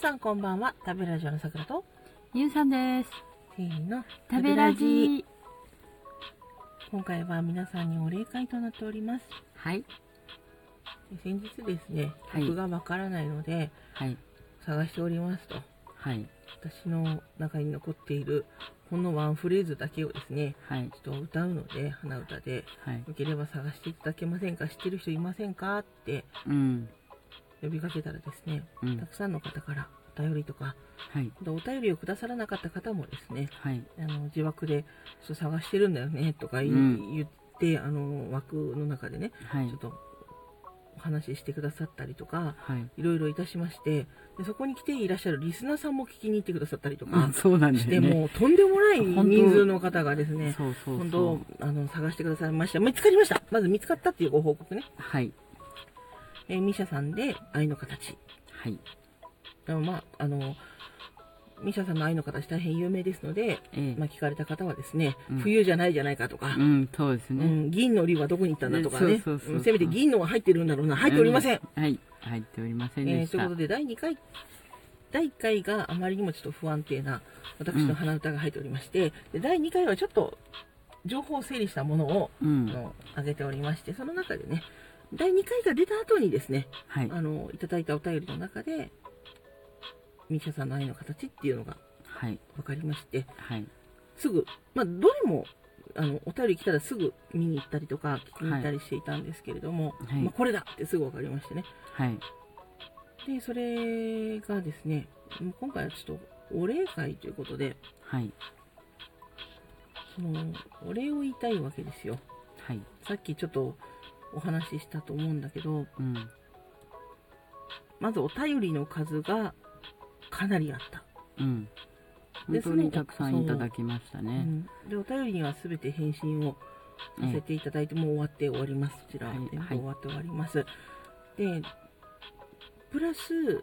さんこんばんは。食べラジオのさくらと、ゆうさんです。せーの、食べラジー。今回は皆さんにお礼会となっております。はい。先日ですね、はい曲がわからないので、はい。探しておりますと。はい。私の中に残っている、このワンフレーズだけをですね、はい。ちょっと歌うので、鼻歌で、はい。よければ探していただけませんか知ってる人いませんかってうん。呼びかけたらですね、うんた。くさんの方からお便りとか、はい。でお便りをくださらなかった方もですね、はい。あの自枠でちょっと探してるんだよねとか言,、うん言ってあの枠の中でねはちょいっ。とお話ししてくださったりとかはい。いろいろいたしましてでそこに来ていらっしゃるリスナーさんも聞きに行ってくださったりとまあ、かそうなんでしすて、ね。もうとんでもない本当人数の方がですねそうそう本そ当う。あの探してくださいました見つかりましたまず見つかったっていうご報告ね、はい。えーミシャさんで「愛の形はい。」でもまああのミシャさんの「愛の形」大変有名ですので、ええまあ、聞かれた方はですね、うん冬じゃないじゃないかとか、うん、そうですうね。ん、銀の竜はどこに行ったんだとかね、ねそうそうそううんせめて銀のは入ってるんだろうな、入っておりません。う。はい。入っておりませんえでーしというた。ことで、第2回、第1回があまりにもちょっと不安定な、私の鼻歌が入っておりまして、で第2回はちょっと情報を整理したものを、あうん。の上げておりまして、その中でね、第2回が出た後にですね、はい。あのいただいたお便りの中で、ミシャさんの愛の形っていうのがはい。分かりまして、はい。すぐ、まあ、どれもあのお便り来たらすぐ見に行ったりとか聞きに行ったりしていたんですけれども、はいまあ、これだってすぐ分かりましてねはい。でそれがですねもう今回はちょっとお礼会ということではい。そのお礼を言いたいわけですよはい。さっきちょっとお話ししたと思うんだけどうん。まずお便りの数がかなりあった、うん。で本当にたくさんいただきましたうね。ん、でお便りには全て返信をさせえていただいて、もう終わって終わります。こちら、はい全部はい終わって終わります。で、プラス、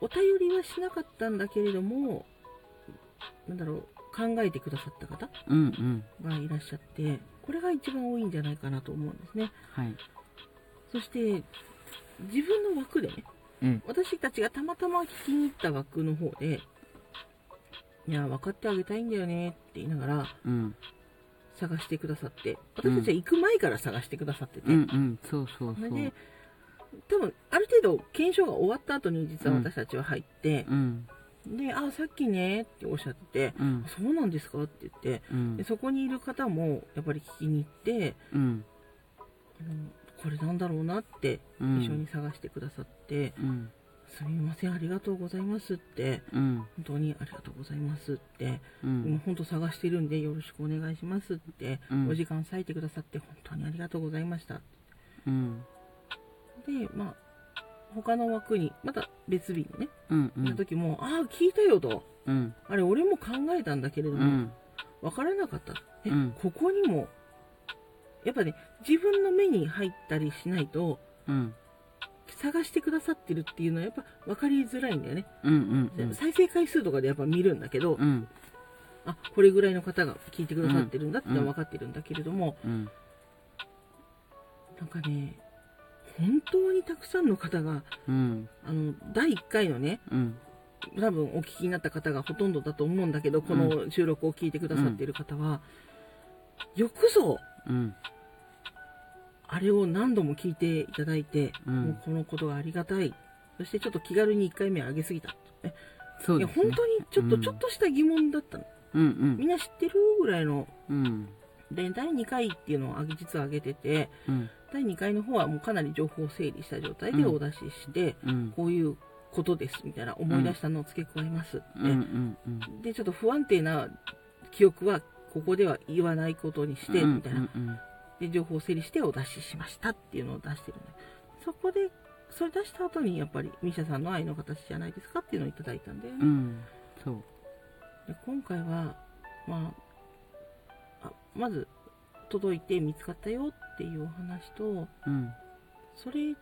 お便りはしなかったんだけれども、なんだろう、考えてくださった方えうんうん。がいらっしゃって、これが一番多いんじゃないかなと思うんですね。はい。そして、自分の枠でね、え私たちがたまたま聞きに行った枠の方で、いや、分かってあげたいんだよねって言いながらうん。探してくださって、私たちは行く前から探してくださってて、うんうん。そうそうそそれう。で多分ある程度検証が終わった後に実は私たちは入って、うん。で「あさっきね」っておっしゃってて「うん。そうなんですか?」って言ってうんで。そこにいる方もやっぱり聞きに行ってうん。あのこれなんだろうなってうん。一緒に探してくださってうん。 「すみませんありがとうございます」ってうん。 「本当にありがとうございます」ってう「今ん。本当探してるんでよろしくお願いします」ってうんお時間割いてくださって本当にありがとうございましたうん。でまあ他の枠にまた別日にねうん。うのん。時も、ああ、聞いたよと。うん。あれ、俺も考えたんだけれどうも、ん。わ、からなかった。え、うんここにも、やっぱね、自分の目に入ったりしないと、うん。探してくださってるっていうのはやっぱ分かりづらいんだよね。うん。うん。再生回数とかでやっぱ見るんだけど、うん。あ、これぐらいの方が聞いてくださってるんだってのは分かってるんだけれども、うん。なんかね、本当にたくさんの方が、うん。あの、第1回のね、うん。多分お聞きになった方がほとんどだと思うんだけどこの収録を聞いてくださっている方は、よくぞうん。あれを何度も聞いていただいて、うんもうこのことがありがたいそしてちょっと気軽に1回目上げすぎた、ねそういやです本ね。当にちょっと、うんちょっとした疑問だったのうんみんな知ってるぐらいのうん。うん。で第2回っていうのをあげ実は上げててうん。第2回の方はもうかなり情報を整理した状態でうんお出しして、うん。こういうことですみたいな思い出したのを付け加えますって、うん。うん。うん。でちょっと不安定な記憶はここでは言わないことにして、みたいなで情報を整理してお出ししましたっていうのを出してるのでそこでそれ出した後にやっぱりミシャさんの愛の形じゃないですかっていうのをいただいたんで,、うん。そう。で今回は、まあ、あまず届いて見つかったよっていうお話とうん。それ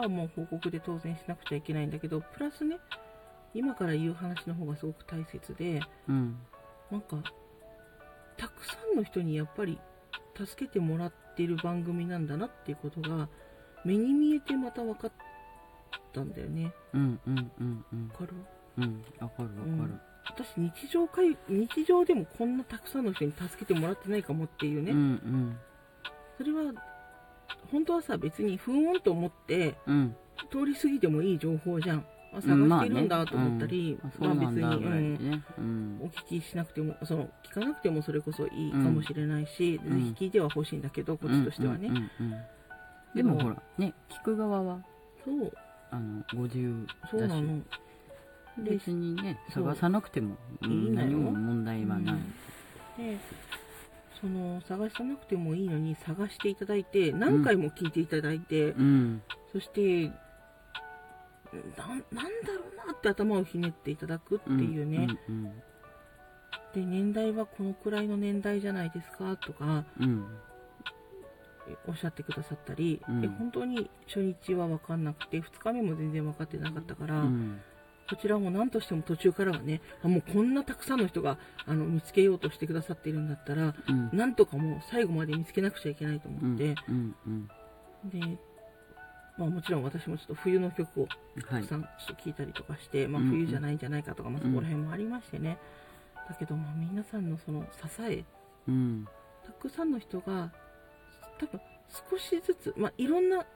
はもう報告で当然しなくちゃいけないんだけどプラスね今から言う話の方がすごく大切で、うん。なんかたくさんの人にやっぱり助けてもらってる番組なんだなっていうことが目に見えてまた分かっったんだよね。うんうんうんうんわかるうんわかるわかる私日常かい日常でもこんなたくさんの人に助けてもらってないかもっていうね、うんうんそれは本当はさ別に不穏と思ってうん通り過ぎてもいい情報じゃんあ探うんましてあるんねだと思ったり、うんあそうなんだまあ別に、ぐうらいでん、ねうんお聞きしなくてもその聞かなくてもそれこそいいかもしれないし、うんぜひ聞いてはほしいんだけどこっちとしてはね、うんうんうんうんでもでほもらね聞く側はそうあのご自由そうだなしので別にねそう探さなくてもういいんのよ何も問題はないでその探さなくてもいいのに探していただいて何回も聞いていただいて、うんそしてななんだろうなって頭をひねっていただくっていうね、うんで年代はこのくらいの年代じゃないですかとかうんうんえおっしゃってくださったり、うんで本当に初日は分かんなくて2日目も全然分かってなかったから、うんこちらも何としても途中からはねあもうこんなたくさんの人があの見つけようとしてくださっているんだったらうんなんとかもう最後まで見つけなくちゃいけないとう思っんて、うんうんで、まあ、もちろん私もちょっと冬の曲をはたいくさんちょっと聴いたりとかして、まあ、うんうん冬じゃないんじゃないかとか、まあ、そこら辺もありましてね、だけど、まあ、皆さんのその支えうんたくさんの人が多分少しずつ、まあ、いろんな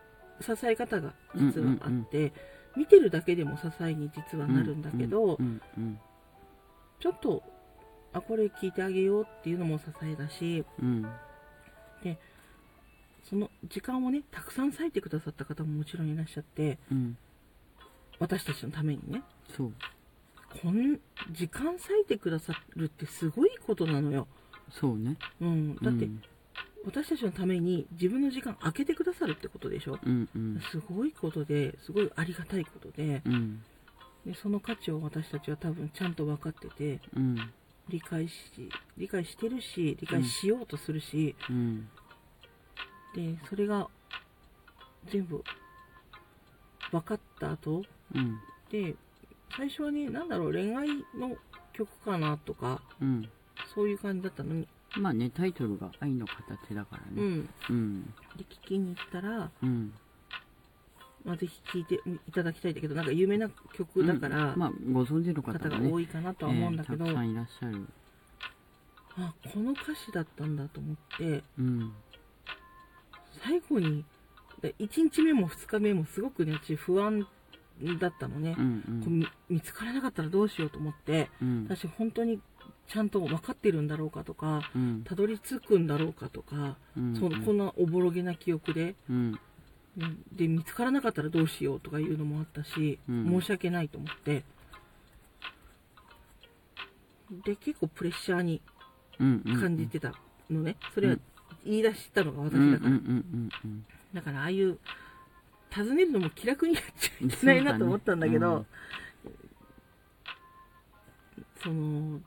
支え方が実はあって、うん見てるだけでも支えに実はなるんだけど、うんうんちょっとあこれ聞いてあげようっていうのも支えだしうんその時間をねたくさん割いてくださった方ももちろんいらっしゃってうん私たちのためにねそうこん時間割いてくださるってすごいことなのよ、そうねうん、だってうん私たちのために自分の時間空けてくださるってことでしょうんうんすごいことですごいありがたいことでうんでその価値を私たちは多分ちゃんと分かっててうん理解し理解してるし理解しようとするし、うんでそれが全部分かった後うんで最初はねなんだろう恋愛の曲かなとかうんそういう感じだったのに、まあねタイトルが「愛の形」だからうねん、うんで聞きに行ったら、うんまあ、ぜひ聴いていただきたいんだけどなんか有名な曲だから、うんまあご存知の方方ががね多いかなとは思うんだけど、えーたくさんいらっしゃるあこの歌詞だったんだと思ってうん最後にで1日目も2日目もすごくね私不安だったのねう、んこうみ見つからなかったらどうしようと思ってうんうん私本当にちゃんと分かってるんだろうかとかうんたどり着くんだろうかとか、うんそのこんなおぼろげな記憶でうんうんで見つからなかったらどうしようとかいうのもあったし、うん申し訳ないと思ってで結構プレッシャーにうんうん感じてたのね、それはうん言い出したのが私うんうんだから、うんうんだからああいう尋ねるのも気楽にやっちゃうんいけないなと思ったんだけどそ,、の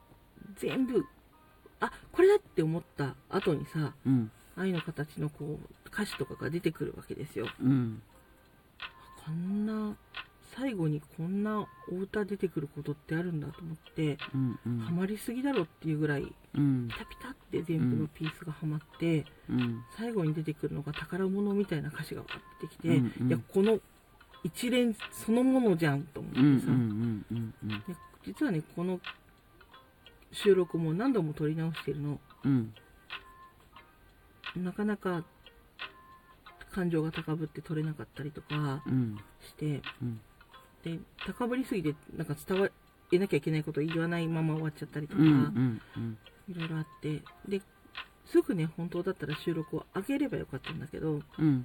全部あこれだって思った後にさうん愛の形のこう歌詞とかが出てくるわけですようんこんな最後にこんなお歌出てくることってあるんだと思って、うんうんハマりすぎだろっていうぐらいうんピタピタって全部のピースがハマって、うん最後に出てくるのが宝物みたいな歌詞がわってきて、うんうんいやこの一連そのものじゃんと思ってうんさ、うんうんうんで実はねこの収録も何度も撮り直してるのうんなかなか感情が高ぶって撮れなかったりとかうんしてうんで高ぶりすぎてなんか伝わえなきゃいけないことを言わないまま終わっちゃったりとか、うんうんうんいろいろあってですぐね本当だったら収録を上げればよかったんだけどうん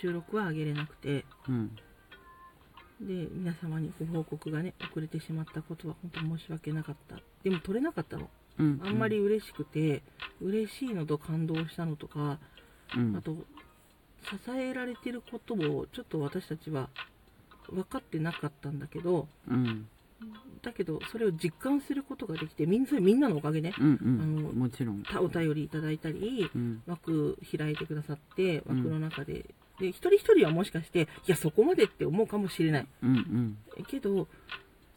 収録は上げれなくてうんで皆様にご報告がね遅れてしまったことは本当申し訳なかったでも取れなかったのうんあんまり嬉しくて、嬉しいのと感動したのとかうんあと支えられてることをちょっと私たちは分かってなかったんだけどうんだけどそれを実感することができてみんなみんなのおかげねうんうあのんもちろんたお便りいただいたりうん枠開いてくださってうん枠の中で,、で一人一人はもしかしていやそこまでって思うかもしれないうんうんけど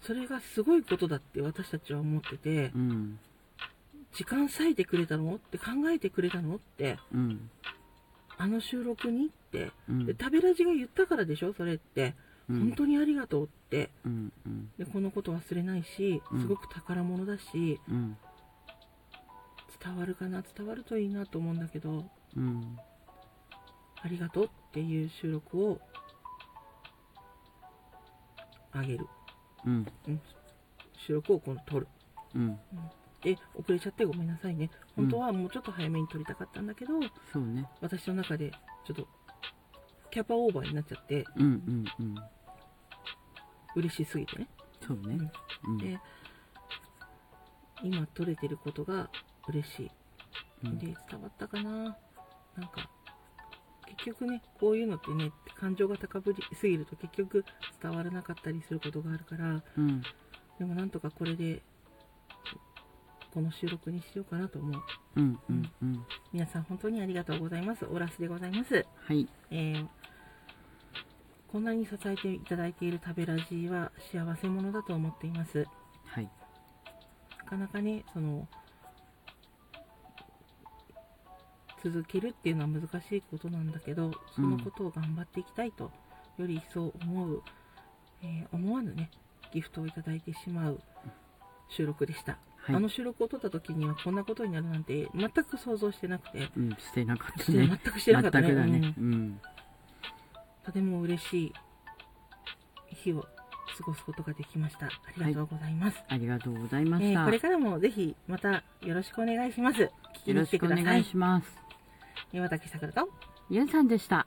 それがすごいことだって私たちは思っててうん時間割いてくれたのって考えてくれたのってうんあの収録にってうんで食べラジが言ったからでしょそれってうん本当にありがとうってうんうんでこのこと忘れないしうんすごく宝物だしうん伝わるかな伝わるといいなと思うんだけどうんありがとうっていう収録をあげる、うんうん、収録をこの撮るうんで遅れちゃってごめんなさいね本当はもうちょっと早めに撮りたかったんだけど、そうね私の中でちょっとキャパオーバーになっちゃってうんうんうん嬉しすぎてねそうねうんで今撮れてることが嬉しいうんで伝わったかななんか結局ねこういうのってね感情が高ぶりすぎると結局伝わらなかったりすることがあるからうんでもなんとかこれでこの収録にしようかなと思ううんうんうん皆さん本当にありがとうございますオラスでございます、はいえーこんなに支えていただいている食べラジは幸せ者だと思っていますはいなかなかねその続けるっていうのは難しいことなんだけどそのことを頑張っていきたいと、より一層思う、えー思わぬねギフトをいただいてしまう収録でした、はいあの収録を撮った時にはこんなことになるなんて全く想像してなくてうんしてなかった全ねくして全なくかっただねねうんうんとても嬉しい日を過ごすことができましたありがとうございます、ありがとうございましえーたこれからもぜひまたよろしくお願いします。聞きによろ来てしくくおださ願いい。します岩竹さくらと。ゆうさんでした